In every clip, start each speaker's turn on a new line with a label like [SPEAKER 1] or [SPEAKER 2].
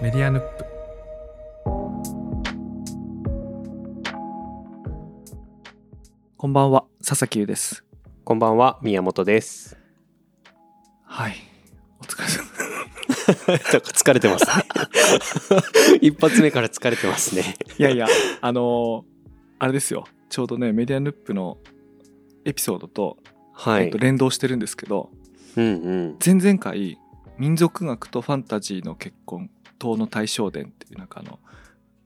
[SPEAKER 1] メディアヌップこんばんは佐々木優です
[SPEAKER 2] こんばんは、宮本です。
[SPEAKER 1] はいお疲れ様
[SPEAKER 2] なんか疲れてますね。 一発目から疲れてますね。
[SPEAKER 1] いやいや、 あのーあれですよ。ちょうどね、メディアヌップのエピソードと、
[SPEAKER 2] は
[SPEAKER 1] えっ
[SPEAKER 2] い
[SPEAKER 1] と、。連動してるんですけど、
[SPEAKER 2] うんうん。
[SPEAKER 1] 前々回、民族学とファンタジーの結婚、党の大正伝っていう、なんかあの、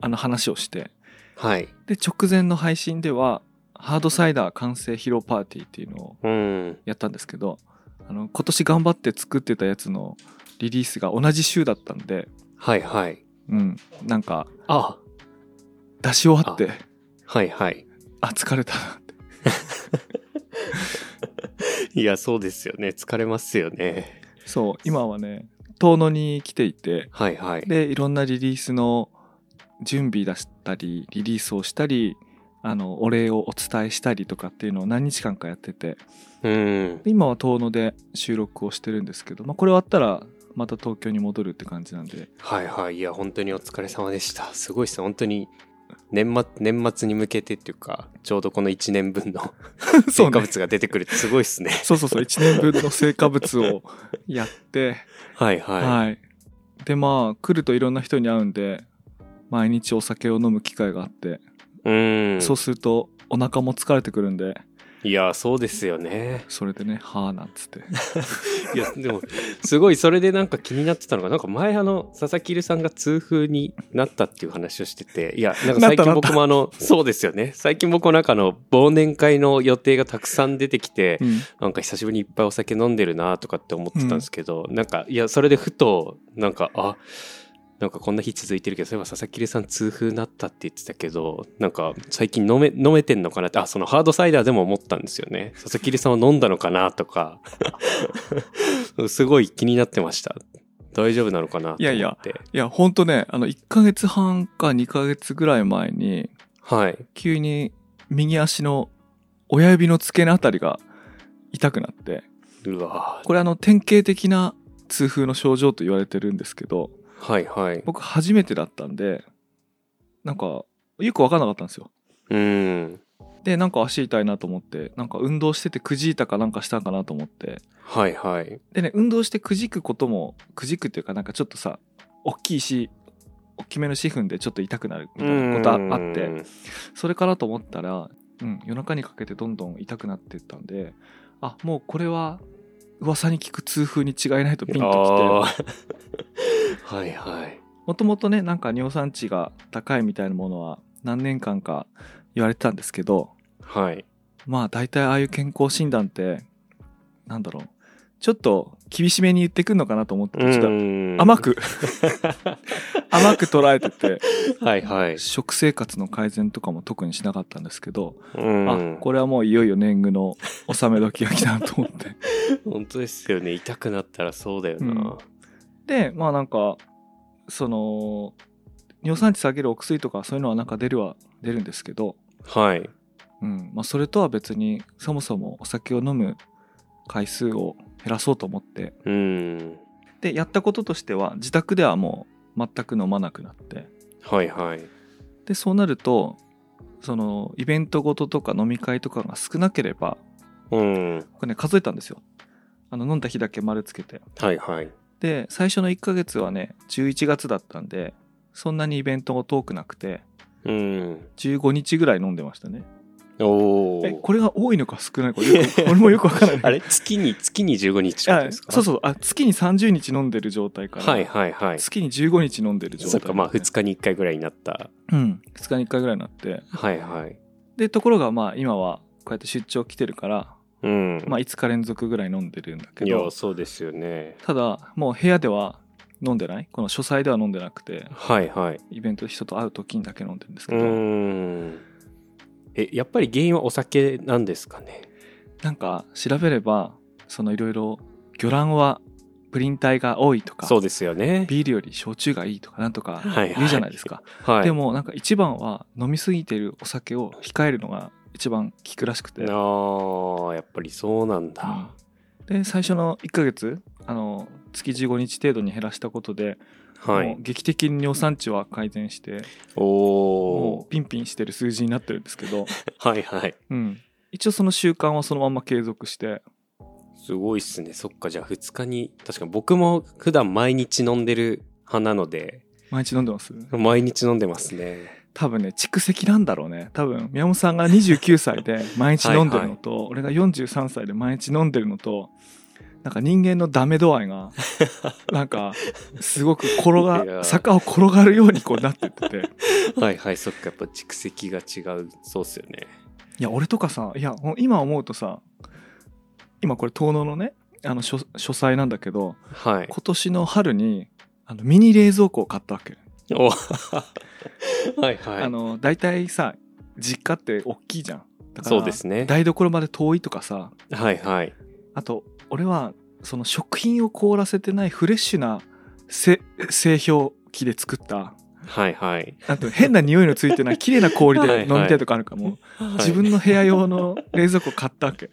[SPEAKER 1] あの話をして、
[SPEAKER 2] はい。
[SPEAKER 1] で、直前の配信では、ハードサイダー完成披露パーティーっていうのを
[SPEAKER 2] うん。
[SPEAKER 1] やったんですけど、あの、今年頑張って作ってたやつのリリースが同じ週だったんで、
[SPEAKER 2] はいはい。
[SPEAKER 1] うん、なんか、
[SPEAKER 2] あ、
[SPEAKER 1] 出し終わって、
[SPEAKER 2] はいはい。
[SPEAKER 1] あ、疲れたなって。
[SPEAKER 2] いや、そうですよね。疲れますよね。
[SPEAKER 1] そう今はね遠野に来ていて
[SPEAKER 2] はいはい。
[SPEAKER 1] でいろんなリリースの準備出したりリリースをしたりあのお礼をお伝えしたりとかっていうのを何日間かやってて
[SPEAKER 2] うん
[SPEAKER 1] で。今は遠野で収録をしてるんですけど、まあ、これ終わったらまた東京に戻るって感じなんで
[SPEAKER 2] はいはい。いや、本当にお疲れ様でした。すごいですね。本当に。年末年末に向けてっていうかちょうどこの1年分の
[SPEAKER 1] そう
[SPEAKER 2] 添
[SPEAKER 1] ね
[SPEAKER 2] 加物が出てくるってすごいですね。
[SPEAKER 1] そうそうそう1年分の成果物をやって
[SPEAKER 2] はいはい。
[SPEAKER 1] はい、でまあ来るといろんな人に会うんで毎日お酒を飲む機会があって、
[SPEAKER 2] うん。
[SPEAKER 1] そうするとお腹も疲れてくるんで
[SPEAKER 2] いや、そうですよね。
[SPEAKER 1] それでね、はあなんつって。
[SPEAKER 2] いやでもすごいそれでなんか気になってたのがなんか前あの佐々木留さんが痛風になったっていう話をしてていやなんか最
[SPEAKER 1] なったな
[SPEAKER 2] 近
[SPEAKER 1] った
[SPEAKER 2] 僕もあのそうですよね最近僕もなんかあの忘年会の予定がたくさん出てきてなんか久しぶりにいっぱいお酒飲んでるなとかって思ってたんですけど、なんかいやそれでふとなんかあなんかこんな日続いてるけどそういえば佐々木留さん痛風になったって言ってたけどなんか最近飲め飲めてんのかなってあそのハードサイダーでも思ったんですよね佐々木留さんは飲んだのかなとか すごい気になってました大丈夫なのかなと思って
[SPEAKER 1] いやいやいや、ほんとね、あの、1ヶ月半か2ヶ月ぐらい前に、
[SPEAKER 2] はい
[SPEAKER 1] 急に右足の親指の付け根あたりが痛くなって、
[SPEAKER 2] うわ
[SPEAKER 1] これあの、典型的な痛風の症状と言われてるんですけど、
[SPEAKER 2] はいはい
[SPEAKER 1] 僕初めてだったんで、なんか、よくわかんなかったんですよ。
[SPEAKER 2] うん
[SPEAKER 1] で、なんか足痛いなと思って、なんか運動しててくじいたかなんかしたんかなと思って、
[SPEAKER 2] はいはい
[SPEAKER 1] でね運動してくじくこともくじくっていうかなんかちょっとさ大きいし大きめの四分でちょっと痛くなるみたいなことああってそれからと思ったら、うん、夜中にかけてどんどん痛くなってったんであもうこれは噂に聞く痛風に違いないとピンときて
[SPEAKER 2] きて はいはい
[SPEAKER 1] もともとねなんか尿酸値が高いみたいなものは何年間か言われてたんですけど
[SPEAKER 2] はい
[SPEAKER 1] まあ大体ああいう健康診断ってなんだろうちょっと厳しめに言ってくんのかなと思ってちょっと甘
[SPEAKER 2] 甘
[SPEAKER 1] く甘く捉えてて
[SPEAKER 2] はいはい。
[SPEAKER 1] 食生活の改善とかも特にしなかったんですけど、
[SPEAKER 2] うん
[SPEAKER 1] あこれはもういよいよ年貢の納め時が来たなと思って
[SPEAKER 2] 本当ですよね。痛くなったらそうだよな。
[SPEAKER 1] でまあなんかその尿酸値下げるお薬とかそういうのはなんか出るは出るんですけど、
[SPEAKER 2] はい。
[SPEAKER 1] うんまあ、それとは別にそもそもお酒を飲む回数を減らそうと思って
[SPEAKER 2] うん。
[SPEAKER 1] でやったこととしては自宅ではもう全く飲まなくなって
[SPEAKER 2] はいはい。
[SPEAKER 1] でそうなるとそのイベントごととか飲み会とかが少なければ
[SPEAKER 2] うん。
[SPEAKER 1] 僕ね数えたんですよあの飲んだ日だけ丸つけて
[SPEAKER 2] はいはい。
[SPEAKER 1] で最初の1ヶ月はね11月だったんでそんなにイベントも遠くなくて
[SPEAKER 2] うん。
[SPEAKER 1] 15日ぐらい飲んでましたね
[SPEAKER 2] お
[SPEAKER 1] え
[SPEAKER 2] お。
[SPEAKER 1] これが多いのか少ないのかよく俺もよくわからない
[SPEAKER 2] あれ月に月に15日ってこと
[SPEAKER 1] あ
[SPEAKER 2] ですか
[SPEAKER 1] そうそうあ月に30日飲んでる状態から、
[SPEAKER 2] はいはいはい。
[SPEAKER 1] 月に15日飲んでる状態
[SPEAKER 2] そっかまあ2日に1回ぐらいになった。
[SPEAKER 1] うん、2日に1回ぐらいになって
[SPEAKER 2] はいはい。
[SPEAKER 1] でところがまあ今はこうやって出張来てるから、
[SPEAKER 2] うん。
[SPEAKER 1] まあ、5日連続ぐらい飲んでるんだけ
[SPEAKER 2] い
[SPEAKER 1] ど
[SPEAKER 2] やそうですよね。
[SPEAKER 1] ただもう部屋では飲んでないこの書斎では飲んでなくて
[SPEAKER 2] はいはい。
[SPEAKER 1] イベントで人と会う時にだけ飲んでるんですけ
[SPEAKER 2] う
[SPEAKER 1] ど、
[SPEAKER 2] ん。えやっぱり原因はお酒なんですかね。
[SPEAKER 1] なんか調べればそのいろいろ魚卵はプリン体が多いとか
[SPEAKER 2] そうですよね。
[SPEAKER 1] ビールより焼酎がいいとかなんとか
[SPEAKER 2] はいはい
[SPEAKER 1] 言うじゃないですか、
[SPEAKER 2] はい。
[SPEAKER 1] でもなんか一番は飲みすぎてるお酒を控えるのが一番効くらしくて、
[SPEAKER 2] ああやっぱりそうなんだ。
[SPEAKER 1] うんで最初の1ヶ月あの月15日程度に減らしたことで、
[SPEAKER 2] は
[SPEAKER 1] も。
[SPEAKER 2] いう
[SPEAKER 1] 劇的に尿酸値は改善して
[SPEAKER 2] お
[SPEAKER 1] も
[SPEAKER 2] お
[SPEAKER 1] うピンピンしてる数字になってるんですけど、
[SPEAKER 2] ー。はいはい。
[SPEAKER 1] うん、一応その習慣はそのまま継続して
[SPEAKER 2] すごいっすね。そっか、じゃあ2日に、確かに僕も普段毎日飲んでる派なので、
[SPEAKER 1] 毎日飲んでます
[SPEAKER 2] 毎日飲んでますね。
[SPEAKER 1] 多分ね蓄積なんだろうね多分宮本さんが29歳で毎日飲んでるのと俺が43歳で毎日飲んでるのとなんか人間のダメ度合い がなんかすごく転
[SPEAKER 2] いや
[SPEAKER 1] が坂を転がるようにこうなってってて
[SPEAKER 2] はいはい、そっか、やっぱ蓄積が違う、そうっすよね。
[SPEAKER 1] いや俺とかさいやほん今思うとさ今これ東農のねあの書書斎なんだけど
[SPEAKER 2] はい。
[SPEAKER 1] 今年の春にあのミニ冷蔵庫を買ったわけ、
[SPEAKER 2] おはいはい。
[SPEAKER 1] あの大体さ実家って大きいじゃんだから
[SPEAKER 2] そうですね。
[SPEAKER 1] 台所まで遠いとかさ
[SPEAKER 2] はいはい。
[SPEAKER 1] あと俺はその食品を凍らせてないフレッシュなせ製氷機で作った
[SPEAKER 2] はいはい。
[SPEAKER 1] あ と変な匂いのついてない綺麗な氷
[SPEAKER 2] はい
[SPEAKER 1] で飲みたいとかあるかも、自分の部屋用の冷蔵庫買ったわけ、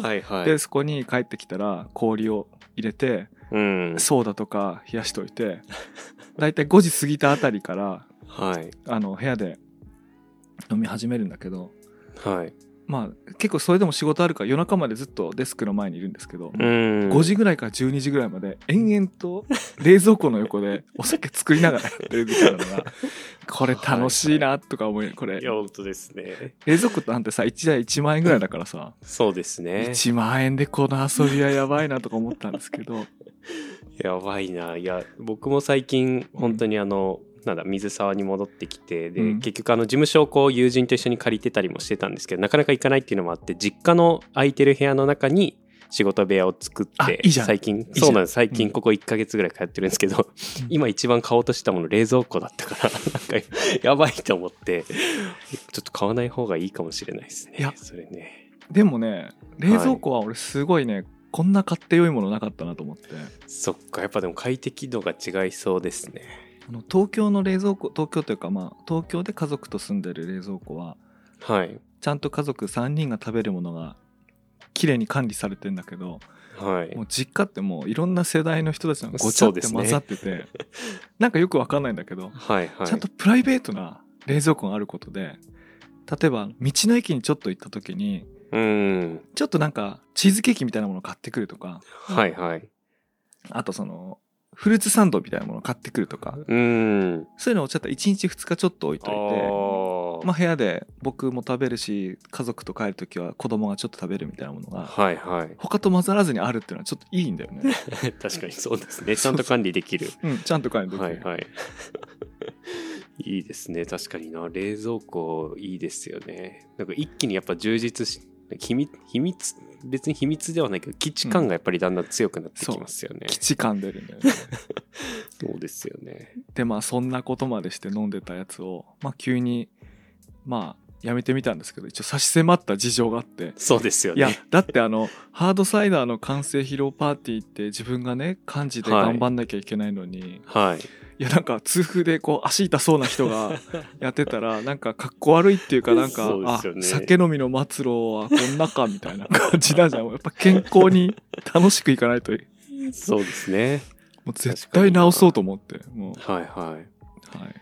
[SPEAKER 2] はいはい。
[SPEAKER 1] でそこに帰ってきたら氷を入れて
[SPEAKER 2] うん。
[SPEAKER 1] ソーダとか冷やしといてだいたい5時過ぎたあたりから
[SPEAKER 2] はい。
[SPEAKER 1] あの部屋で飲み始めるんだけど
[SPEAKER 2] はい。
[SPEAKER 1] まあ結構それでも仕事あるから夜中までずっとデスクの前にいるんですけど、
[SPEAKER 2] うん。
[SPEAKER 1] 5時ぐらいから12時ぐらいまで延々と冷蔵庫の横でお酒作りながらやってるみたいなの がこれ楽しいなとか思いこれ
[SPEAKER 2] いや、本当ですね。
[SPEAKER 1] 冷蔵庫なんてさ1台1万円ぐらいだからさ
[SPEAKER 2] そうですね。
[SPEAKER 1] 1万円でこの遊びはやばいなとか思ったんですけど
[SPEAKER 2] やばいな。いや、僕も最近、本当にあの、なんだ水沢に戻ってきてで、
[SPEAKER 1] うん
[SPEAKER 2] 結局あの事務所をこう友人と一緒に借りてたりもしてたんですけどなかなか行かないっていうのもあって実家の空いてる部屋の中に仕事部屋を作っ
[SPEAKER 1] あ
[SPEAKER 2] て
[SPEAKER 1] いいじゃん
[SPEAKER 2] 最近
[SPEAKER 1] じゃん
[SPEAKER 2] そうなんです最近ここ1ヶ月ぐらい通ってるんですけど、今一番買おうとしてたもの冷蔵庫だったからなんかやばいと思ってちょっと買わない方がいいかもしれないですね
[SPEAKER 1] いや
[SPEAKER 2] それね
[SPEAKER 1] でもね冷蔵庫は俺すごいね、こんな買って良いものなかったなと思って
[SPEAKER 2] そっかやっぱでも快適度が違いそうですね
[SPEAKER 1] あの東京の冷蔵庫東京というかまあ東京で家族と住んでる冷蔵庫は
[SPEAKER 2] はい
[SPEAKER 1] ちゃんと家族3人が食べるものが綺麗に管理されてんだけど
[SPEAKER 2] はい
[SPEAKER 1] もう実家ってもういろんな世代の人たちのごちゃって混ざってて、なんかよくわかんないんだけど、
[SPEAKER 2] はいはい
[SPEAKER 1] ちゃんとプライベートな冷蔵庫があることで例えば道の駅にちょっと行った時に
[SPEAKER 2] うん
[SPEAKER 1] ちょっとなんかチーズケーキみたいなものを買ってくるとか
[SPEAKER 2] はいはい
[SPEAKER 1] あとそのフルーツサンドみたいなものを買ってくるとか
[SPEAKER 2] うん
[SPEAKER 1] そういうのをちょっと1日2日ちょっと置いといて。
[SPEAKER 2] ー
[SPEAKER 1] まあ、部屋で僕も食べるし家族と帰る時は子供がちょっと食べるみたいなものが
[SPEAKER 2] はいはい
[SPEAKER 1] 他と混ざらずにあるっていうのはちょっといいんだよね、
[SPEAKER 2] 確かにそうですねちゃんと管理 できる
[SPEAKER 1] うん、ちゃんと帰る時、
[SPEAKER 2] はいはいいいですね確かにな冷蔵庫いいですよねなんか一気にやっぱ充実し秘密秘密別に秘密ではないけど基地感がやっぱりだんだん強くなってきますよね、
[SPEAKER 1] 基地感出るんだよね
[SPEAKER 2] そうですよね
[SPEAKER 1] でまあそんなことまでして飲んでたやつを、まあ、急にまあやめてみたんですけど一応差し迫った事情があって。
[SPEAKER 2] そうですよ
[SPEAKER 1] いや
[SPEAKER 2] ね
[SPEAKER 1] だってあのハードサイダーの完成披露パーティーって自分がね幹事で頑張んなきゃいけないのに、い、
[SPEAKER 2] はい
[SPEAKER 1] やなんか痛風でこう足痛そうな人が やってたらなんかかっこ悪いっていうかなんか、
[SPEAKER 2] そうで
[SPEAKER 1] あ
[SPEAKER 2] すよね
[SPEAKER 1] 酒飲みの末路はこんなかみたいな感じなんじゃんやっぱ健康に楽しくいかないとも
[SPEAKER 2] そうですね
[SPEAKER 1] う絶対治そうと思ってもう
[SPEAKER 2] はいはい
[SPEAKER 1] はい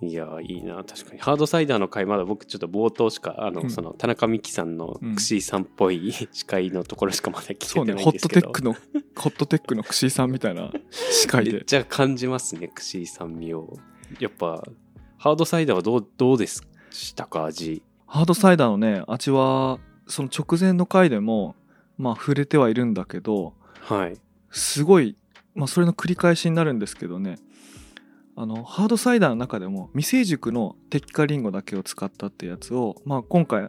[SPEAKER 2] いやーいいな確かにハードサイダーの回まだ僕ちょっと冒頭しかあの、
[SPEAKER 1] うん
[SPEAKER 2] その田中美希さんの
[SPEAKER 1] うん
[SPEAKER 2] クシーさんっぽい 司会のところしかまだ聞
[SPEAKER 1] そう
[SPEAKER 2] け
[SPEAKER 1] ね、
[SPEAKER 2] てない
[SPEAKER 1] ホッ
[SPEAKER 2] んで
[SPEAKER 1] ト
[SPEAKER 2] す
[SPEAKER 1] テッ
[SPEAKER 2] けど、
[SPEAKER 1] クの、ホットテックの串井さんみたいな司会
[SPEAKER 2] めっ
[SPEAKER 1] で。
[SPEAKER 2] ちゃ感じますねクシーさん味をやっぱハードサイダーはどうどうでしたか味
[SPEAKER 1] ハードサイダーのね、味は、その直前の回でも、まあ触れてはいるんだけど、
[SPEAKER 2] はい
[SPEAKER 1] すごい、まあそれの繰り返しになるんですけどね、あの、ハードサイダーの中でも未成熟の適化リンゴだけを使ったってやつを、まあ今回、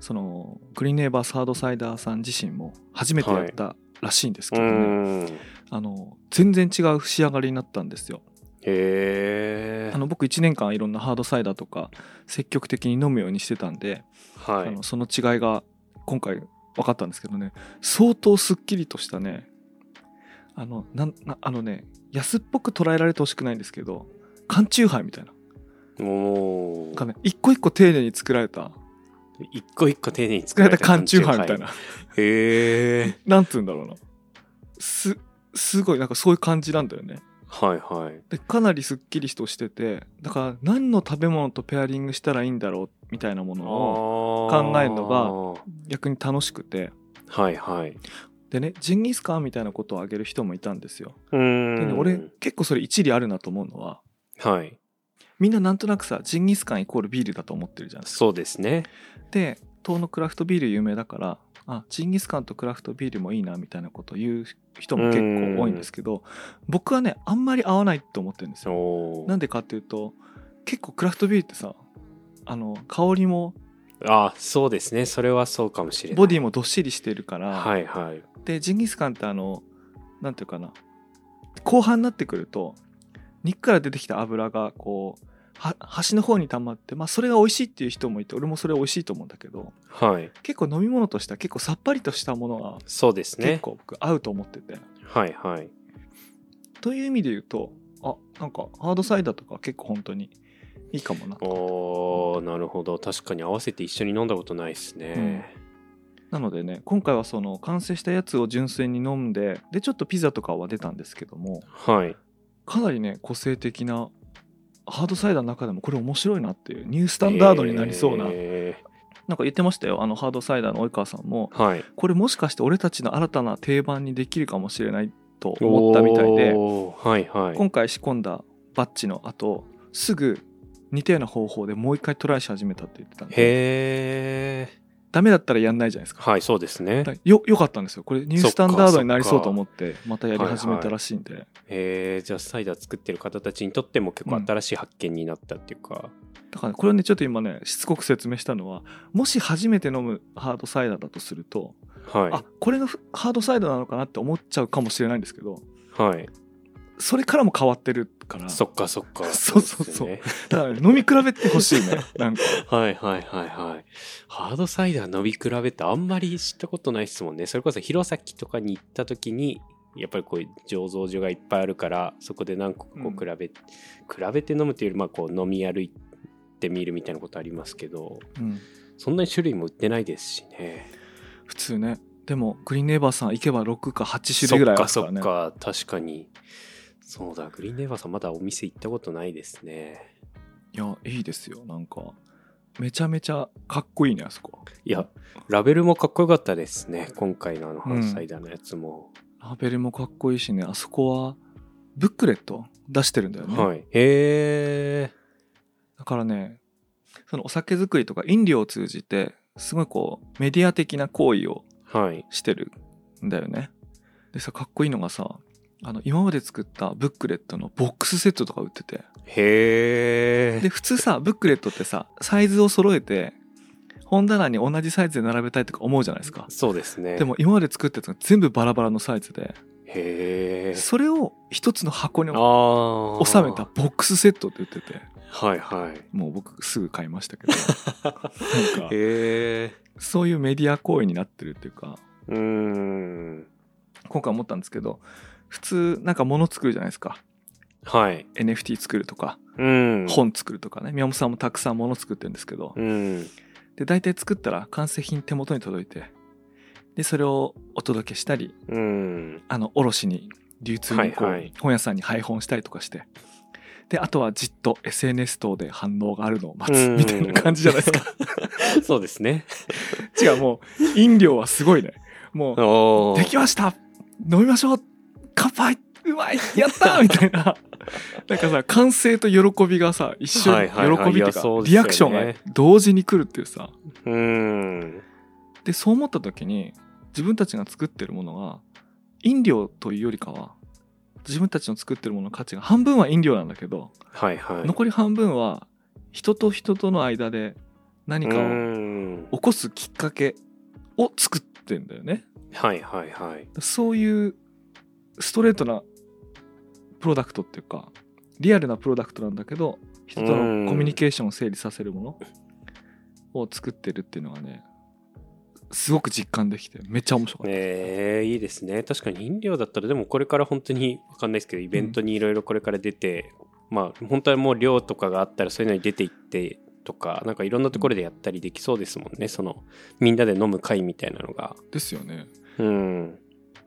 [SPEAKER 1] そのグリーンネイバーサードサイダーさん自身も初めてやったらしいんです
[SPEAKER 2] う
[SPEAKER 1] けどね、
[SPEAKER 2] ーんへ
[SPEAKER 1] あの全然違う仕上がりになったんですよ。
[SPEAKER 2] え
[SPEAKER 1] あの僕1年間いろんなハードサイダーとか積極的に飲むようにしてたんで、
[SPEAKER 2] は
[SPEAKER 1] あ
[SPEAKER 2] い
[SPEAKER 1] のその違いが今回分かったんですけどね相当すっきりとしたねあのなんなあのね安っぽく捉えられてほしくないんですけど缶チューハイみたいな
[SPEAKER 2] もう
[SPEAKER 1] なんかね一個一個丁寧に作られた
[SPEAKER 2] 一個一個丁寧に
[SPEAKER 1] 作
[SPEAKER 2] 作
[SPEAKER 1] ら
[SPEAKER 2] ら
[SPEAKER 1] れ
[SPEAKER 2] れ
[SPEAKER 1] た
[SPEAKER 2] た
[SPEAKER 1] 缶チューハイみたいな
[SPEAKER 2] 缶チューハイへえ
[SPEAKER 1] なんつうんだろうなすすごいなんかそういう感じなんだよね
[SPEAKER 2] はいはい。
[SPEAKER 1] でかなりすっきりとしててだから何の食べ物とペアリングしたらいいんだろうみたいなものを
[SPEAKER 2] 考
[SPEAKER 1] 考えるの逆に楽しくて
[SPEAKER 2] はいはい。
[SPEAKER 1] でねジンギスカンみたいなことをあげる人もいたんですよ
[SPEAKER 2] うー
[SPEAKER 1] で、ね、
[SPEAKER 2] ん。
[SPEAKER 1] 俺結構それ一理あるなと思うのは
[SPEAKER 2] はい。
[SPEAKER 1] みんななんとなくさジンギスカンイコールビールだと思ってるじゃん
[SPEAKER 2] そうですね。
[SPEAKER 1] で東のクラフトビール有名だからあジンギスカンとクラフトビールもいいなみたいなことを言う人も結構多いんですけど僕はねあんまり合わないと思ってるんですよ
[SPEAKER 2] お
[SPEAKER 1] なんでかっていうと結構クラフトビールってさあの香りも
[SPEAKER 2] あそうですね。それはそうかもしれない。
[SPEAKER 1] ボディもどっしりしてるから、
[SPEAKER 2] はいはい。
[SPEAKER 1] でジンギスカンってあのなんていうかな後半になってくると肉から出てきた油がこうは端の方に溜まって、まあ、それが美味しいっていう人もいて俺もそれ美味しいと思うんだけど
[SPEAKER 2] はい。
[SPEAKER 1] 結構飲み物としては結構さっぱりとしたものが
[SPEAKER 2] そうです
[SPEAKER 1] 結
[SPEAKER 2] ね。
[SPEAKER 1] 構僕合うと思ってて、
[SPEAKER 2] はいはい。
[SPEAKER 1] という意味で言うとあなんかハードサイダーとか結構本当にいいかもな
[SPEAKER 2] おーなるほど。確かに合わせて一緒に飲んだことないですね。
[SPEAKER 1] なのでね今回はその完成したやつを純粋に飲んででちょっとピザとかは出たんですけども
[SPEAKER 2] はい。
[SPEAKER 1] かなりね個性的なハードサイダーの中でもこれ面白いなっていうニュースタンダードになりそうな、
[SPEAKER 2] え
[SPEAKER 1] なんか言ってましたよあのハードサイダーの及川さんも
[SPEAKER 2] ーはい。
[SPEAKER 1] これもしかして俺たちの新たな定番にできるかもしれないと思ったみたいで
[SPEAKER 2] おーはいはい。
[SPEAKER 1] 今回仕込んだバッジの後すぐ似たような方法でもう一回トライし始めたって言ってたんで
[SPEAKER 2] へえ。
[SPEAKER 1] ダメだったらやんないじゃないですか
[SPEAKER 2] はい、そうですね。
[SPEAKER 1] だよよかったんですよこれニュースタンダードになりそうと思ってまたやり始めたらしいんで、
[SPEAKER 2] えー、じゃあサイダー作ってる方たちにとっても結構新しい発見になったっていうか、
[SPEAKER 1] だからねこれをねちょっと今ねしつこく説明したのはもし初めて飲むハードサイダーだとすると、
[SPEAKER 2] は
[SPEAKER 1] あこれがふハードサイダーなのかなって思っちゃうかもしれないんですけど
[SPEAKER 2] いはい
[SPEAKER 1] それからも変わってるから
[SPEAKER 2] そっかそっか
[SPEAKER 1] そうそうそう
[SPEAKER 2] ですね
[SPEAKER 1] だからね飲み比べてほしい ねなんか
[SPEAKER 2] はいはいはいはいハードサイダー飲み比べってあんまり知ったことないですもんねそれこそ弘前とかに行った時にやっぱりこういう醸造所がいっぱいあるからそこで何個かこう比べ、比べて飲むというよりまあこう飲み歩いてみるみたいなことありますけど
[SPEAKER 1] うん
[SPEAKER 2] そんなに種類も売ってないですしね
[SPEAKER 1] 普通ねでもグリーンネイバーさん行けば6か8種類ぐらいあるか
[SPEAKER 2] そっ
[SPEAKER 1] ら
[SPEAKER 2] かそっ
[SPEAKER 1] ね
[SPEAKER 2] か確かにそうだグリーンネイバーさんまだお店行ったことないですね
[SPEAKER 1] いやいいですよなんかめちゃめちゃかっこいいねあそこ
[SPEAKER 2] いやラベルもかっこよかったですね今回のあのハードサイダーのやつも、
[SPEAKER 1] ラベルもかっこいいしねあそこはブックレット出してるんだよね、
[SPEAKER 2] はいへえ
[SPEAKER 1] だからねそのお酒作りとか飲料を通じてすごいこうメディア的な行為を
[SPEAKER 2] はい
[SPEAKER 1] してるんだよねでさかっこいいのがさあの今まで作ったブックレットのボックスセットとか売ってて
[SPEAKER 2] へ
[SPEAKER 1] で
[SPEAKER 2] え
[SPEAKER 1] 普通さブックレットってさサイズを揃えて本棚に同じサイズで並べたいとか思うじゃないですか
[SPEAKER 2] そうですね
[SPEAKER 1] でも今まで作ったやつが全部バラバラのサイズで
[SPEAKER 2] へえ
[SPEAKER 1] それを一つの箱に
[SPEAKER 2] ああ
[SPEAKER 1] 収めたボックスセットって言ってて
[SPEAKER 2] はいはい
[SPEAKER 1] もう僕すぐ買いましたけ どなんか
[SPEAKER 2] へえ
[SPEAKER 1] そういうメディア行為になってるっていうか
[SPEAKER 2] うーん
[SPEAKER 1] 今回思ったんですけど普通なんか物作るじゃないですか
[SPEAKER 2] はい
[SPEAKER 1] NFT 作るとか
[SPEAKER 2] うん
[SPEAKER 1] 本作るとかね宮本さんもたくさん物作ってるんですけど
[SPEAKER 2] うん
[SPEAKER 1] で大体作ったら完成品手元に届いてでそれをお届けしたり
[SPEAKER 2] うん
[SPEAKER 1] あの卸に流通にこう
[SPEAKER 2] はいはい
[SPEAKER 1] 本屋さんに配本したりとかしてであとはじっと SNS 等で反応があるのを待つ
[SPEAKER 2] うん
[SPEAKER 1] みたいな感じじゃないです か
[SPEAKER 2] そうですね
[SPEAKER 1] 違うもう飲料はすごいねもう
[SPEAKER 2] お
[SPEAKER 1] できました飲みましょう乾杯うまいやった ーみたいななんかさ歓声と喜びがさ一緒に喜
[SPEAKER 2] はいはいはい
[SPEAKER 1] びってい
[SPEAKER 2] いやそうう
[SPEAKER 1] か
[SPEAKER 2] ですよね
[SPEAKER 1] リアクションが同時に来るっていうさ
[SPEAKER 2] うーん
[SPEAKER 1] でそう思った時に自分たちが作ってるものが飲料というよりかは自分たちの作ってるものの価値が半分は飲料なんだけど
[SPEAKER 2] はいはい
[SPEAKER 1] 残り半分は人と人との間で何か
[SPEAKER 2] う
[SPEAKER 1] を
[SPEAKER 2] ーん
[SPEAKER 1] 起こすきっかけを作ってんだよね。
[SPEAKER 2] はいはいはい
[SPEAKER 1] そういうストレートなプロダクトっていうかリアルなプロダクトなんだけど人と
[SPEAKER 2] うん
[SPEAKER 1] のコミュニケーションを整理させるものを作ってるっていうのがねすごく実感できてめっちゃ面白かった、
[SPEAKER 2] えー、いいですね確かに飲料だったらでもこれから本当に分かんないですけどイベントにいろいろこれから出て、まあ本当はもう量とかがあったらそういうのに出ていってとかなんかいろんなところでやったりできそうですもんねそのみんなで飲む会みたいなのが
[SPEAKER 1] ですよね
[SPEAKER 2] うん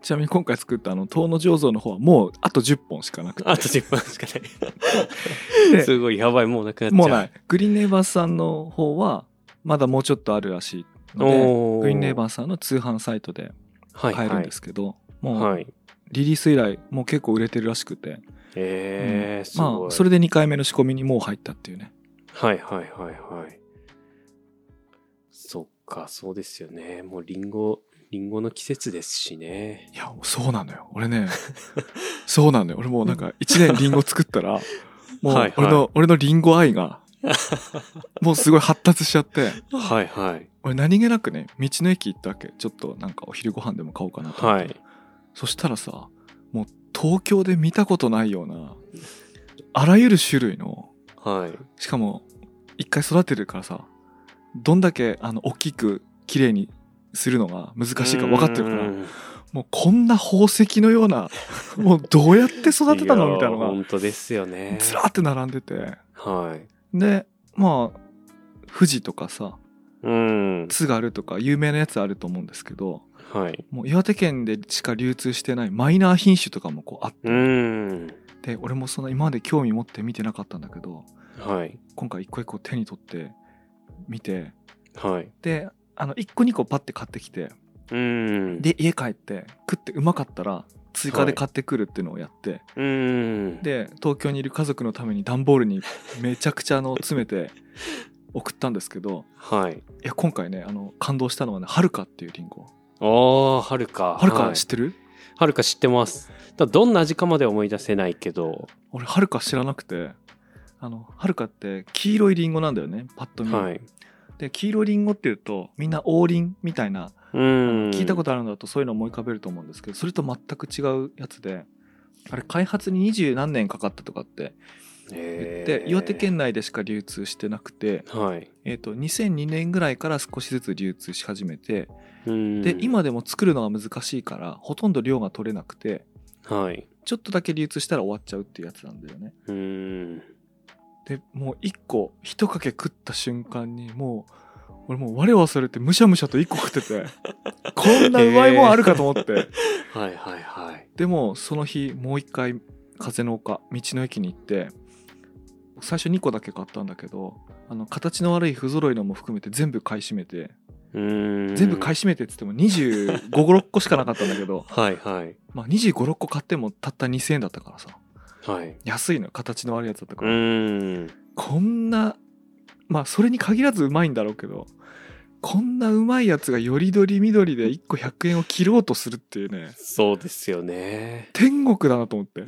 [SPEAKER 1] ちなみに今回作ったあの遠野醸造の方はもうあと10本しかなくて
[SPEAKER 2] あと10分しかな
[SPEAKER 1] で
[SPEAKER 2] いすごいやばいもうなくなっちゃう
[SPEAKER 1] もうないグリーンネイバーさんの方はまだもうちょっとあるらしいので
[SPEAKER 2] お
[SPEAKER 1] グリーンネイバーさんの通販サイトで
[SPEAKER 2] はい
[SPEAKER 1] 買えるんですすけど、もう
[SPEAKER 2] はい
[SPEAKER 1] リリース以来もう結構売れてるらしくて、
[SPEAKER 2] えーす
[SPEAKER 1] ま
[SPEAKER 2] ごい
[SPEAKER 1] あそれで2回目の仕込みにもう入ったっていうね
[SPEAKER 2] はいはいはいはい。そっか、そうですよね。もうリンゴ、リンゴの季節ですしね。
[SPEAKER 1] いやそうなのよ俺 ねそうなのよ俺もうなんか1年リンゴ作ったらもう
[SPEAKER 2] はいはい
[SPEAKER 1] 俺の俺のリンゴ愛がもうすごい発達しちゃって
[SPEAKER 2] はいはい。
[SPEAKER 1] 俺何気なくね道の駅行ったわけちょっとなんかお昼ご飯でも買おうかなと思っ
[SPEAKER 2] は
[SPEAKER 1] て、
[SPEAKER 2] い。
[SPEAKER 1] そしたらさもう東京で見たことないようなあらゆる種類の
[SPEAKER 2] はい。
[SPEAKER 1] しかも一回育てるからさどんだけあの大きく綺麗にするのが難しいか分かってるから
[SPEAKER 2] うん
[SPEAKER 1] もうこんな宝石のような もうどうやって育てたのみたいな
[SPEAKER 2] や
[SPEAKER 1] のが
[SPEAKER 2] 本当ですよね。
[SPEAKER 1] ずらーって並んでて
[SPEAKER 2] はい。
[SPEAKER 1] でまあ富士とかさ
[SPEAKER 2] うん。
[SPEAKER 1] 津軽とか有名なやつあると思うんですけど
[SPEAKER 2] はい。
[SPEAKER 1] もう岩手県でしか流通してないマイナー品種とかもこうあって、
[SPEAKER 2] うん。
[SPEAKER 1] で俺もそんな今まで興味持って見てなかったんだけど
[SPEAKER 2] はい。
[SPEAKER 1] 今回一個一個手に取って見て
[SPEAKER 2] はい。
[SPEAKER 1] であの1個2個パッて買ってきて
[SPEAKER 2] うん。、
[SPEAKER 1] で家帰って食ってうまかったら追加で買ってくるっていうのをやって、
[SPEAKER 2] うん。、
[SPEAKER 1] で東京にいる家族のために段ボールにめちゃくちゃあの詰めて送ったんですけど
[SPEAKER 2] はい。
[SPEAKER 1] いや今回ねあの感動したのはねはるかっていうリンゴ
[SPEAKER 2] ああ、はるか。
[SPEAKER 1] はるか
[SPEAKER 2] はい
[SPEAKER 1] 知ってる、
[SPEAKER 2] はるか知ってます。ただどんな味かまでは思い出せないけど。
[SPEAKER 1] 俺はるか知らなくてあのはるかって黄色いリンゴなんだよねパッと見、
[SPEAKER 2] はい。
[SPEAKER 1] で黄色いリンゴっていうとみんな王林みたいな
[SPEAKER 2] うん。
[SPEAKER 1] 聞いたこととあるのだとそういうの思い浮かべると思うんですけどそれと全く違うやつであれ開発に二十何年かかったとかって言って岩手県内でしか流通してなくて、
[SPEAKER 2] はい。
[SPEAKER 1] えー、と2002年ぐらいから少しずつ流通し始めて
[SPEAKER 2] で
[SPEAKER 1] で今でも作るのが難しいからほとんど量が取れなくて
[SPEAKER 2] はい。
[SPEAKER 1] ちょっとだけ流通したら終わっちゃうっていうやつなんだよね
[SPEAKER 2] うーん。
[SPEAKER 1] でもう1個一かけ食った瞬間にもう俺もう我を忘れてむしゃむしゃと1個食って てこんなうまいもんあるかと思って、
[SPEAKER 2] はいはいはい。
[SPEAKER 1] でもその日もう一回風の丘道の駅に行って最初2個だけ買ったんだけどあの形の悪い不揃いのも含めて全部買い占めて
[SPEAKER 2] うーん。
[SPEAKER 1] 全部買い占めてっつっても2 5 6個しかなかったんだけど、
[SPEAKER 2] はいはい。
[SPEAKER 1] まあ、2 5 6個買ってもたった2000円だったからさ
[SPEAKER 2] はい。う
[SPEAKER 1] 安いのよ形の悪いやつだったから、
[SPEAKER 2] ーん。
[SPEAKER 1] こんなまあそれに限らずうまいんだろうけどこんなうまいやつがよりどり緑で1個100円を切ろうとするっていうね
[SPEAKER 2] そうですよね。
[SPEAKER 1] 天国だなと思って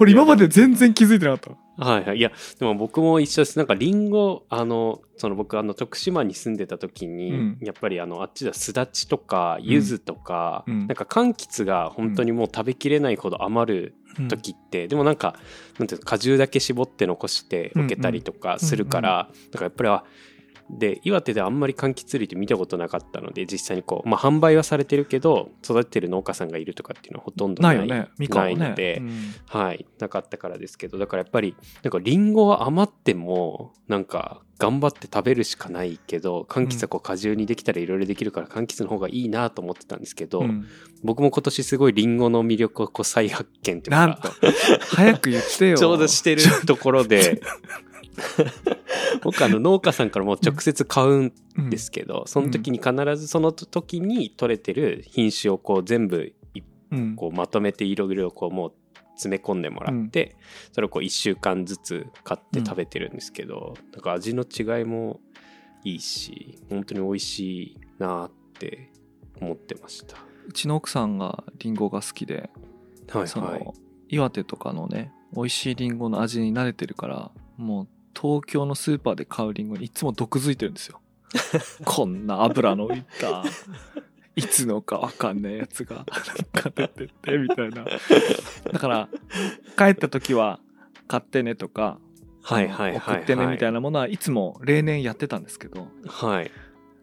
[SPEAKER 1] 俺今まで全然気づいてなかっ
[SPEAKER 2] はいはい。いや、でも僕も一緒です。なんかリンゴ、あの、その僕、あの、徳島に住んでた時に、
[SPEAKER 1] うん
[SPEAKER 2] やっぱりあの、あっちだ、すだちとか、柚子とか、
[SPEAKER 1] うん
[SPEAKER 2] なんか柑橘が本当にもう食べきれないほど余る
[SPEAKER 1] た、
[SPEAKER 2] 時って、でもなんかなんていうの果汁だけ絞って残しておけたりとかするから、だからやっぱりはで岩手ではあんまり柑橘類って見たことなかったので実際にこう、まあ、販売はされてるけど育ててる農家さんがいるとかっていうのはほとんどな
[SPEAKER 1] ないいよねみかんは
[SPEAKER 2] ない
[SPEAKER 1] ね
[SPEAKER 2] ので
[SPEAKER 1] うん
[SPEAKER 2] はい、なかったからですけどだからやっぱりなんかリンゴは余ってもなんか頑張って食べるしかないけど柑橘はこう果汁にできたらいろいろできるから柑橘の方がいいなと思ってたんですけど、
[SPEAKER 1] うん
[SPEAKER 2] 僕も今年すごいリンゴの魅力をこう再発見というか
[SPEAKER 1] なんと早く言ってよ
[SPEAKER 2] ちょうどしてるところ で僕あの農家さんからもう直接買うん
[SPEAKER 1] うん
[SPEAKER 2] ですけど、その時に必ずその時に取れてる品種をこう全部
[SPEAKER 1] うん
[SPEAKER 2] こうまとめて色々をこうもう詰め込んでもらって、それをこう1週間ずつ買って食べてるんですけど、なんか味の違いもいいし本当に美味しいなって思ってました。
[SPEAKER 1] うちの奥さんがリンゴが好きで
[SPEAKER 2] はい
[SPEAKER 1] その、
[SPEAKER 2] はい。
[SPEAKER 1] 岩手とかのね美味しいリンゴの味に慣れてるからもう東京のスーパーで買うリンゴにいつも毒づいてるん ですよこんな油のいったいつのかわかんないやつがなんか出てってみたいなだから帰った時は買ってねとか
[SPEAKER 2] はいはいはい。
[SPEAKER 1] 送ってねみたいなものはいつも例年やってたんですけど
[SPEAKER 2] はい。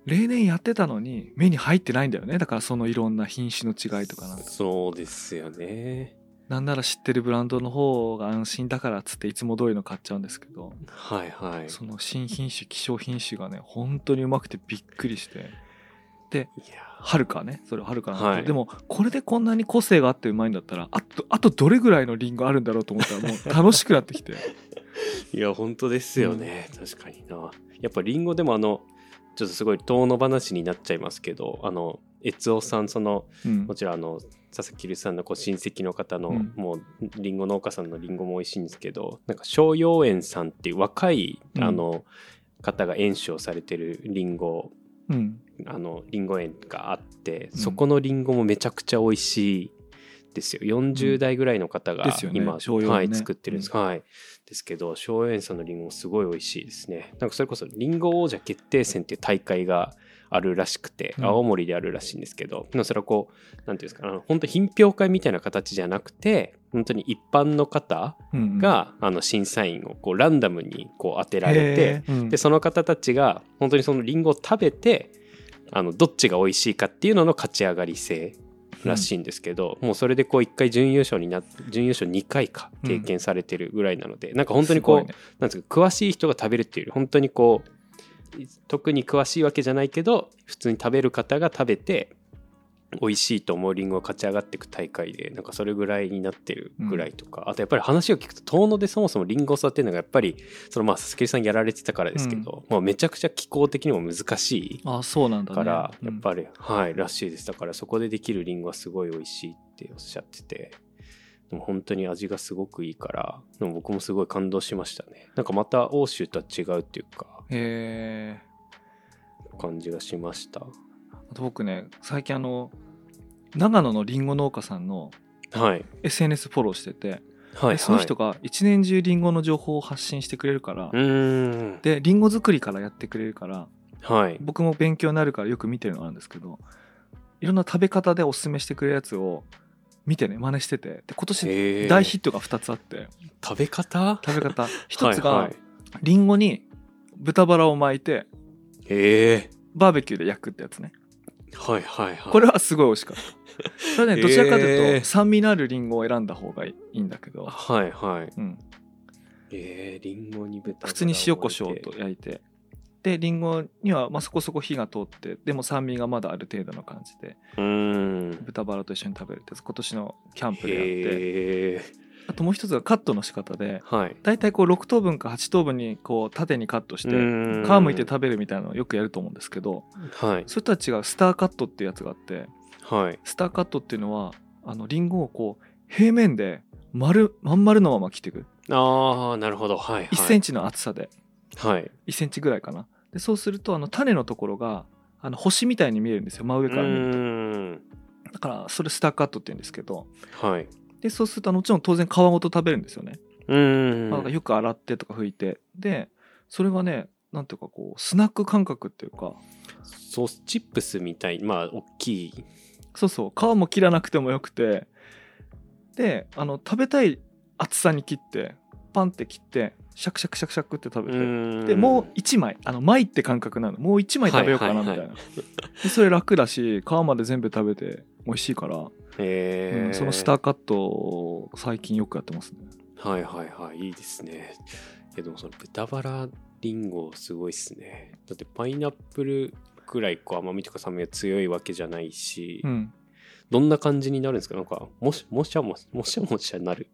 [SPEAKER 1] 例年やってたのに目に入ってないんだよねだからそのいろんな品種の違いとかなんか
[SPEAKER 2] そうですよね。
[SPEAKER 1] なんなら知ってるブランドの方が安心だからっつっていつも通りの買っちゃうんですけど、
[SPEAKER 2] はいはい。
[SPEAKER 1] その新品種希少品種がね本当にうまくてびっくりしてで
[SPEAKER 2] いや
[SPEAKER 1] はるかねそれはるかなんだけど、
[SPEAKER 2] はい
[SPEAKER 1] でもこれでこんなに個性があってうまいんだったらあとあとどれぐらいのリンゴあるんだろうと思ったらもう楽しくなってき て
[SPEAKER 2] いや本当ですよね、確かになやっぱりんごでもあのちょっとすごい遠の話になっちゃいますけどあの悦夫さんその
[SPEAKER 1] うん
[SPEAKER 2] もちろんあの佐々木留さんのご親戚の方の、
[SPEAKER 1] うん
[SPEAKER 2] もうりんご農家さんのりんごも美味しいんですけどなんか逍遥園さんっていう若い
[SPEAKER 1] うん
[SPEAKER 2] あの、方が園主をされてるりんご
[SPEAKER 1] うん
[SPEAKER 2] あのりんご園があって
[SPEAKER 1] うん
[SPEAKER 2] そこのりんごもめちゃくちゃ美味しいですよ40代ぐらいの方が
[SPEAKER 1] ですよね
[SPEAKER 2] 今、
[SPEAKER 1] 逍遥園ね
[SPEAKER 2] はい、作ってるんです、はい、ですけど逍遥園さんのりんごもすごい美味しいですねなんかそれこそりんご王者決定戦っていう大会があるらしくて
[SPEAKER 1] うん
[SPEAKER 2] 青森であるらしいんですけど、でもそれはこうなんていうんですかあの本当品評会みたいな形じゃなくて本当に一般の方
[SPEAKER 1] うん、
[SPEAKER 2] が、あの審査員をこうランダムにこう当てられて、
[SPEAKER 1] へー、うん
[SPEAKER 2] でその方たちが本当にそのリンゴを食べてあのどっちが美味しいかっていうのの勝ち上がり性らしいんですけど、もうそれでこう1回準優勝になっ準優勝2回か経験されてるぐらいなので、なんか本当にこう、
[SPEAKER 1] すごいね
[SPEAKER 2] なんですか詳しい人が食べるっていうより本当にこうい特に詳しいわけじゃないけど普通に食べる方が食べて美味しいと思うリンゴが勝ち上がっていく大会でなんかそれぐらいになってるぐらいとか、あとやっぱり話を聞くと遠野でそもそもリンゴを育てるのがやっぱりそのまあ佐々木さんやられてたからですけど、まあ、めちゃくちゃ気候的にも難しい
[SPEAKER 1] あそうなんだ、ね、
[SPEAKER 2] から、
[SPEAKER 1] うん
[SPEAKER 2] やっぱり、はいらしいですだからそこでできるリンゴはすごい美味しいっておっしゃっててでも本当に味がすごくいいからでも僕もすごい感動しましたねなんかまた欧州とは違うっていうか
[SPEAKER 1] へえ
[SPEAKER 2] 感じがしました
[SPEAKER 1] あと僕ね最近あの長野のりんご農家さんの
[SPEAKER 2] はい
[SPEAKER 1] SNS フォローしてて、
[SPEAKER 2] は
[SPEAKER 1] で
[SPEAKER 2] い
[SPEAKER 1] その人
[SPEAKER 2] は
[SPEAKER 1] が一年中りんごの情報を発信してくれるから、
[SPEAKER 2] いうーん
[SPEAKER 1] でりんご作りからやってくれるから
[SPEAKER 2] はい
[SPEAKER 1] 僕も勉強になるからよく見てるのあるんですけどいろんな食べ方でおすすめしてくれるやつを見てね真似しててで今年
[SPEAKER 2] へー
[SPEAKER 1] 大ヒットが2つあって、
[SPEAKER 2] 食べ方
[SPEAKER 1] 食べ 方1つ
[SPEAKER 2] はいは
[SPEAKER 1] が
[SPEAKER 2] い
[SPEAKER 1] りんごに豚バラを巻いて
[SPEAKER 2] へえ
[SPEAKER 1] バーベキューで焼くってやつね
[SPEAKER 2] はいはいはい
[SPEAKER 1] これはすごい美味しかったそれはねどちらかとい
[SPEAKER 2] へ
[SPEAKER 1] う
[SPEAKER 2] ー
[SPEAKER 1] と酸味のあるりんごを選んだ方がいいんだけど、
[SPEAKER 2] はいはい
[SPEAKER 1] うん、
[SPEAKER 2] えー、リンゴに豚バラ
[SPEAKER 1] 普通に塩コシ
[SPEAKER 2] を
[SPEAKER 1] ョ
[SPEAKER 2] 置
[SPEAKER 1] ウ
[SPEAKER 2] いて
[SPEAKER 1] と焼いてでりんごにはまあそこそこ火が通ってでも酸味がまだある程度の感じで
[SPEAKER 2] うーん
[SPEAKER 1] 豚バラと一緒に食べるってやつ今年のキャンプでやって
[SPEAKER 2] へえ
[SPEAKER 1] あともう一つがカットの仕方で
[SPEAKER 2] はい
[SPEAKER 1] 大体こう6等分か8等分にこう縦にカットして
[SPEAKER 2] う
[SPEAKER 1] 皮
[SPEAKER 2] ーん
[SPEAKER 1] むいて食べるみたいなのをよくやると思うんですけど
[SPEAKER 2] はい
[SPEAKER 1] それとは違うスターカットっていうやつがあって
[SPEAKER 2] はい
[SPEAKER 1] スターカットっていうのはあのリンゴをこう平面で丸まん丸のまま切っていく
[SPEAKER 2] ああなるほどはいはい
[SPEAKER 1] 1センチの厚さで
[SPEAKER 2] はい
[SPEAKER 1] 1センチぐらいかなでそうするとあの種のところがあの星みたいに見えるんですよ真上から見る
[SPEAKER 2] うーん
[SPEAKER 1] とだからそれスターカットって言うんですけど
[SPEAKER 2] はい
[SPEAKER 1] でそうするとあのもちろん当然皮ごと食べるんですよね、
[SPEAKER 2] うーん
[SPEAKER 1] まあなんかよく洗ってとか拭いてでそれがねなんていうかこうスナック感覚っていうか
[SPEAKER 2] ソースチップスみたいまあ大きい
[SPEAKER 1] そうそう皮も切らなくてもよくてであの食べたい厚さに切ってパンって切ってシャクシャクシャクシャクって食べて、でもう1枚あの枚って感覚なのもう1枚食べようかな
[SPEAKER 2] はい
[SPEAKER 1] み
[SPEAKER 2] は
[SPEAKER 1] た
[SPEAKER 2] い
[SPEAKER 1] いな、
[SPEAKER 2] はい
[SPEAKER 1] でそれ楽だし皮まで全部食べて美味しいから、
[SPEAKER 2] へー
[SPEAKER 1] うんそのスターカットを最近よくやってますね
[SPEAKER 2] はいはいはいいいですねいやでもその豚バラリンゴすごいっすねだってパイナップルくらいこう甘みとか酸味が強いわけじゃないし、
[SPEAKER 1] うん
[SPEAKER 2] どんな感じになるんですかなんかもしもしゃもしもしゃもしゃ なる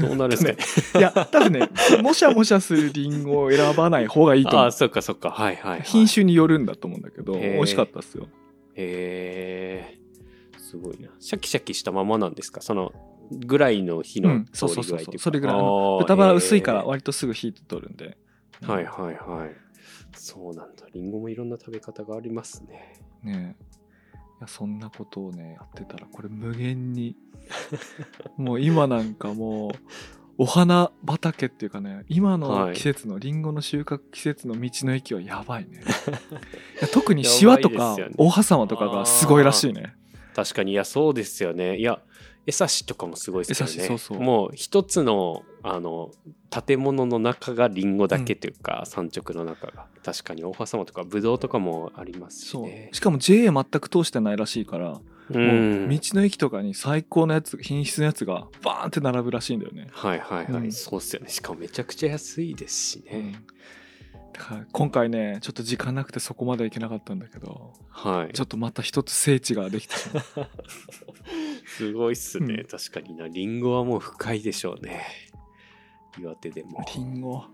[SPEAKER 2] どうなるんですかね
[SPEAKER 1] いや多分ね もしゃもしゃするりんごを選ばない方がいいと
[SPEAKER 2] あ
[SPEAKER 1] 思
[SPEAKER 2] あ
[SPEAKER 1] う
[SPEAKER 2] そっかそっかはいはい、はい、
[SPEAKER 1] 品種によるんだと思うんだけど
[SPEAKER 2] へー
[SPEAKER 1] 美味しかったっすよ
[SPEAKER 2] へえすごいなシャキシャキしたままなんですかそのぐらいの火
[SPEAKER 1] う
[SPEAKER 2] の
[SPEAKER 1] んそうそうそうそう
[SPEAKER 2] 通り具合っていか
[SPEAKER 1] それぐらい
[SPEAKER 2] あー
[SPEAKER 1] 豚バラ薄いか
[SPEAKER 2] へ
[SPEAKER 1] ら
[SPEAKER 2] ー
[SPEAKER 1] 割とすぐ火取るんで、
[SPEAKER 2] はいはいはいそうなんだりんごもいろんな食べ方がありますね
[SPEAKER 1] ねえいやそんなことをねやってたらこれ無限に もう今なんかもうお花畑っていうかね今
[SPEAKER 2] は
[SPEAKER 1] の
[SPEAKER 2] い
[SPEAKER 1] 季節のりんごの収穫季節の道の駅はやばい ねいや特にシワと
[SPEAKER 2] やば
[SPEAKER 1] か
[SPEAKER 2] いですよね
[SPEAKER 1] 大葉様とかがすごいらしいね
[SPEAKER 2] 確かにいやそうですよねいや江差しとかもすごいですよね
[SPEAKER 1] 江差しそうそう
[SPEAKER 2] もう一つのあの建物の中がリンゴだけというか、山直の中が確かに大葉様とかブドウとかもありますし
[SPEAKER 1] そう
[SPEAKER 2] ね
[SPEAKER 1] しかも JA 全く通してないらしいから、も
[SPEAKER 2] う
[SPEAKER 1] うん道の駅とかに最高のやつ品質のやつがバーンって並ぶらしいんだよね、
[SPEAKER 2] はいはいはい、
[SPEAKER 1] うん
[SPEAKER 2] そうっすよねしかもめちゃくちゃ安いですしね、
[SPEAKER 1] うんはい今回ねちょっと時間なくてそこまでは行けなかったんだけど
[SPEAKER 2] はい
[SPEAKER 1] ちょっとまた一つ聖地ができてしまった
[SPEAKER 2] すごいっすね、
[SPEAKER 1] うん
[SPEAKER 2] 確かになリンゴはもう深いでしょうね岩手でも
[SPEAKER 1] リンゴ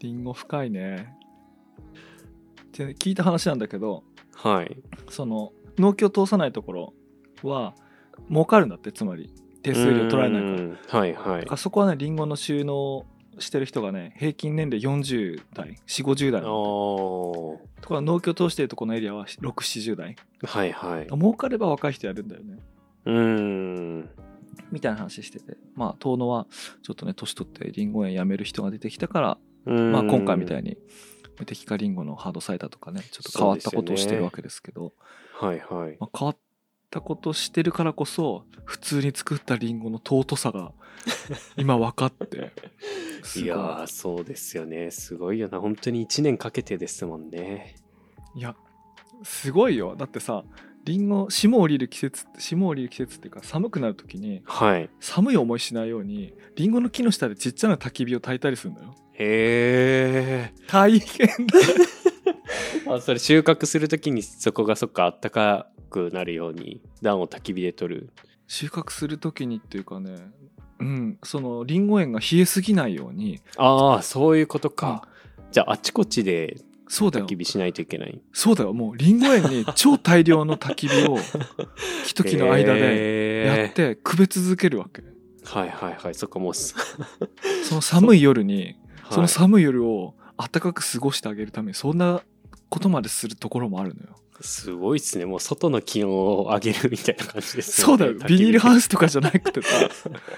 [SPEAKER 1] リンゴ深いねで聞いた話なんだけど
[SPEAKER 2] はい
[SPEAKER 1] その農協通さないところは儲かるんだってつまり手数料取られないからだ
[SPEAKER 2] からはいはい
[SPEAKER 1] からそこはねリンゴの収納してる人がね平均年齢40代4050代
[SPEAKER 2] あー
[SPEAKER 1] ところが農協通してるとこのエリアは670代
[SPEAKER 2] はいはい
[SPEAKER 1] 儲かれば若い人やるんだよね
[SPEAKER 2] うーん
[SPEAKER 1] みたいな話しててまあ遠野はちょっとね年取ってリンゴ園辞める人が出てきたからまあ、今回みた
[SPEAKER 2] い
[SPEAKER 1] いに無敵化リンゴのハードサイダーとかねちょっと変わったことをしてるわけですけど
[SPEAKER 2] はいはい
[SPEAKER 1] まあ、変わったことしてるからこそ普通に作ったリンゴの尊さ が今分かってすご
[SPEAKER 2] い
[SPEAKER 1] い
[SPEAKER 2] やーそうですよねすごいよな本当に1年かけてですもんね
[SPEAKER 1] いやすごいよだってさリンゴ霜降りる季節って霜降りる季節っていうか寒くなる時に
[SPEAKER 2] はい
[SPEAKER 1] 寒い思いしないようにリンゴの木の下でちっちゃな焚き火を焚いたりするんだよ
[SPEAKER 2] へえ
[SPEAKER 1] 大変だ
[SPEAKER 2] あそれ収穫するときにそこがそっかあったかくなるように暖を焚き火で取る
[SPEAKER 1] 収穫する時にっていうかねうんそのリンゴ園が冷えすぎないように
[SPEAKER 2] ああそういうことか、じゃああちこちで
[SPEAKER 1] そうだよ
[SPEAKER 2] 焚き火しないといけない
[SPEAKER 1] そうだよもうリンゴ園に超大量の焚き火 を木と木の間でや
[SPEAKER 2] で
[SPEAKER 1] って区別続けるわけ
[SPEAKER 2] はいはいはいそこもうす
[SPEAKER 1] その寒い夜に その
[SPEAKER 2] はい
[SPEAKER 1] 寒い夜を暖かく過ごしてあげるためにそんなことまでするところもあるのよ
[SPEAKER 2] すごいっすねもう外の気温を上げるみたいな感じです
[SPEAKER 1] そうだ よビニールハ
[SPEAKER 2] ウ
[SPEAKER 1] ウスとかじゃなくてさ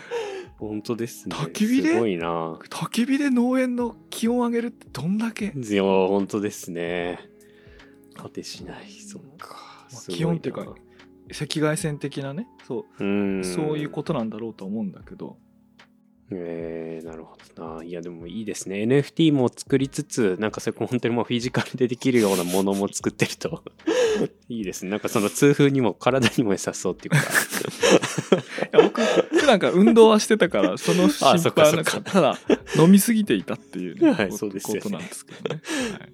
[SPEAKER 2] 本当ですね
[SPEAKER 1] 焚き火です
[SPEAKER 2] ごいな
[SPEAKER 1] 焚き火で農園の気温上げるってどんだけ
[SPEAKER 2] いや本当ですね果てしないそっか、
[SPEAKER 1] まあ
[SPEAKER 2] すご
[SPEAKER 1] 気温っていうか
[SPEAKER 2] な
[SPEAKER 1] 赤外線的なねそうう、
[SPEAKER 2] ん
[SPEAKER 1] そういうことなんだろうと思うんだけど
[SPEAKER 2] えー、なるほどないやでもいいですね NFT も作りつつなんかそれこ本当にもうフィジカルでできるようなものも作ってるといいですねなんかその痛風にも体にも良さそうっていうか
[SPEAKER 1] いや僕普段から運動はしてた からその心
[SPEAKER 2] そ
[SPEAKER 1] 配
[SPEAKER 2] っか
[SPEAKER 1] は
[SPEAKER 2] そ
[SPEAKER 1] な
[SPEAKER 2] っか
[SPEAKER 1] かっただ飲みすぎていたっていう、ね
[SPEAKER 2] はい
[SPEAKER 1] こ
[SPEAKER 2] そうですよね
[SPEAKER 1] ことなんですけ どね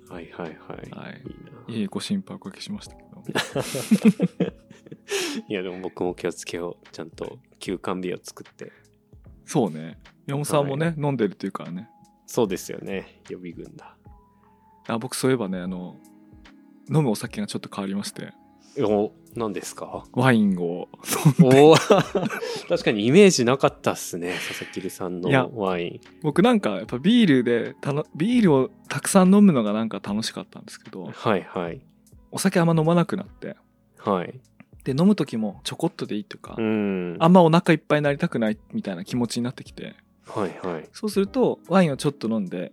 [SPEAKER 2] はいはいは
[SPEAKER 1] はい、
[SPEAKER 2] い、
[SPEAKER 1] はい
[SPEAKER 2] いな、
[SPEAKER 1] いえいえご心配おかけしましたけど
[SPEAKER 2] いやでも僕も気をつけようちゃんと休館日を作って
[SPEAKER 1] そうね山本さんもね、
[SPEAKER 2] は
[SPEAKER 1] 飲んでるっていうからね
[SPEAKER 2] そうですよね予備軍だ
[SPEAKER 1] あ僕そういえばねあの飲むお酒がちょっと変わりまして
[SPEAKER 2] お何ですか
[SPEAKER 1] ワインを
[SPEAKER 2] おー確かにイメージなかったっすね佐々木留さん
[SPEAKER 1] いや
[SPEAKER 2] のワイン
[SPEAKER 1] 僕なんかやっぱビールでたのビールをたくさん飲むのがなんか楽しかったんですけど
[SPEAKER 2] はいはい
[SPEAKER 1] お酒あんま飲まなくなって
[SPEAKER 2] はい
[SPEAKER 1] で飲む時もちょこっとでいいとか、
[SPEAKER 2] うん
[SPEAKER 1] あんまお腹いっぱいになりたくないみたいな気持ちになってきて
[SPEAKER 2] はいはい
[SPEAKER 1] そうするとワインをちょっと飲んで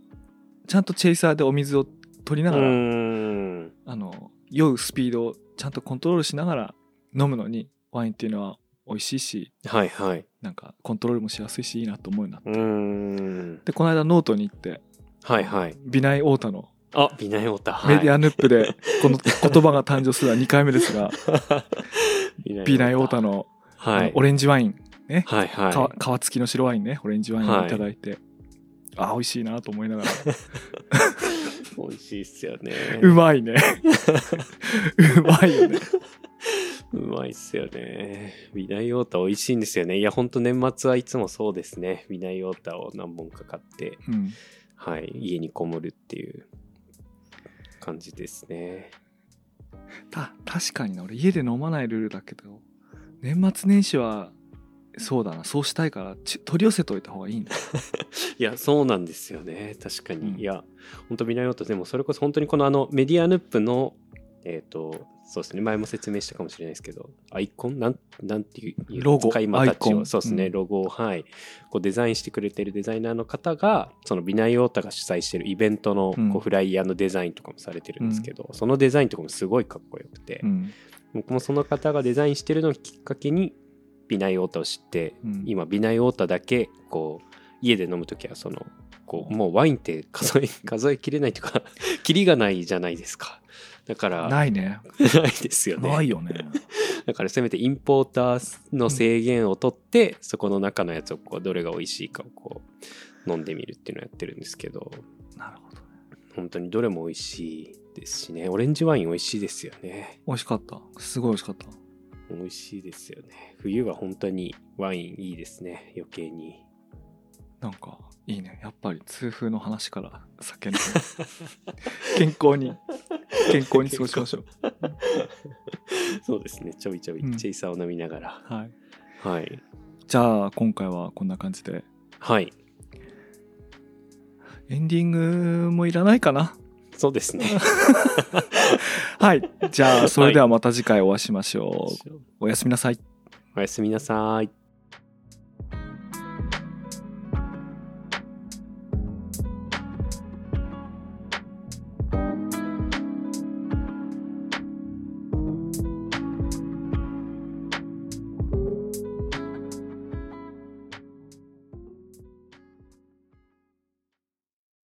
[SPEAKER 1] ちゃんとチェイサーでお水を取りながら、
[SPEAKER 2] うん
[SPEAKER 1] あの酔うスピードをちゃんとコントロールしながら飲むのにワインっていうのは美味しいし
[SPEAKER 2] はいはい
[SPEAKER 1] なんかコントロールもしやすいしいいなと思うようになって、
[SPEAKER 2] うん
[SPEAKER 1] でこの間ノートに行って
[SPEAKER 2] はいはい
[SPEAKER 1] 美内太田の
[SPEAKER 2] あビナヨタはい
[SPEAKER 1] メディアヌップ でこの言葉が誕生するのは2回目ですが美内太田のあ
[SPEAKER 2] は
[SPEAKER 1] の
[SPEAKER 2] い
[SPEAKER 1] オレンジワイン、
[SPEAKER 2] はい
[SPEAKER 1] か
[SPEAKER 2] は
[SPEAKER 1] 皮付きの白ワインねオレンジワインを
[SPEAKER 2] はい
[SPEAKER 1] いただいて、あ美味しいなと思いながら
[SPEAKER 2] い美味しいっすよね
[SPEAKER 1] うまいね うまいよね
[SPEAKER 2] うまいっすよね。ビナイオータ美味しいんですよね。いや、ほんと年末はいつもそうですね。ビナイオータを何本か買って、
[SPEAKER 1] うん
[SPEAKER 2] はい、家にこもるっていう感じですね。
[SPEAKER 1] た確かにな俺家で飲まないルールだけど年末年始はそうだなそうしたいからち取り寄せといた方がいいん だ
[SPEAKER 2] いや、そうなんですよね。確かに。
[SPEAKER 1] うん
[SPEAKER 2] いや、ほんとビナイオータ、でもそれこそ本当にこのあのメディアヌップの、えっ、と、そうですね前も説明したかもしれないですけどアイコンなんなんていう
[SPEAKER 1] ロゴ
[SPEAKER 2] 使い魔た
[SPEAKER 1] ア
[SPEAKER 2] ち
[SPEAKER 1] イコ
[SPEAKER 2] を
[SPEAKER 1] ン
[SPEAKER 2] そうですね、
[SPEAKER 1] うん
[SPEAKER 2] ロゴをはいこうデザインしてくれてるデザイナーの方がそのビナイオータが主催してるイベントのこ
[SPEAKER 1] うん
[SPEAKER 2] うフライヤーのデザインとかもされてるんですけど、そのデザインとかもすごいかっこよくて、
[SPEAKER 1] うん
[SPEAKER 2] 僕もその方がデザインしてるのをきっかけにビナイオータを知って、
[SPEAKER 1] うん
[SPEAKER 2] 今ビナイオータだけこう家で飲む時はそのこうもうワインって数え数えきれないというか キリがないじゃないですかだから
[SPEAKER 1] ないね
[SPEAKER 2] ないですよね
[SPEAKER 1] ないよね
[SPEAKER 2] だからせめてインポーターの制限を取って、そこの中のやつをこうどれが美味しいかをこう飲んでみるっていうのをやってるんですけど
[SPEAKER 1] なるほどね
[SPEAKER 2] 本当にどれも美味しいですしねオレンジワイン美味しいですよね
[SPEAKER 1] 美味しかったすごい美味しかった
[SPEAKER 2] 美味しいですよね冬は本当にワインいいですね余計に
[SPEAKER 1] なんかいいねやっぱり痛風の話から酒 の健康に健康に過ごしましょう
[SPEAKER 2] そうですねちょびちょび
[SPEAKER 1] うん
[SPEAKER 2] チェイサーを飲みながら、
[SPEAKER 1] はい
[SPEAKER 2] はい
[SPEAKER 1] じゃあ今回はこんな感じで
[SPEAKER 2] はい
[SPEAKER 1] エンディングもいらないか な
[SPEAKER 2] そうですね
[SPEAKER 1] はいじゃあそれではまた次回お会いしましょう、おやすみなさい
[SPEAKER 2] おやすみなさい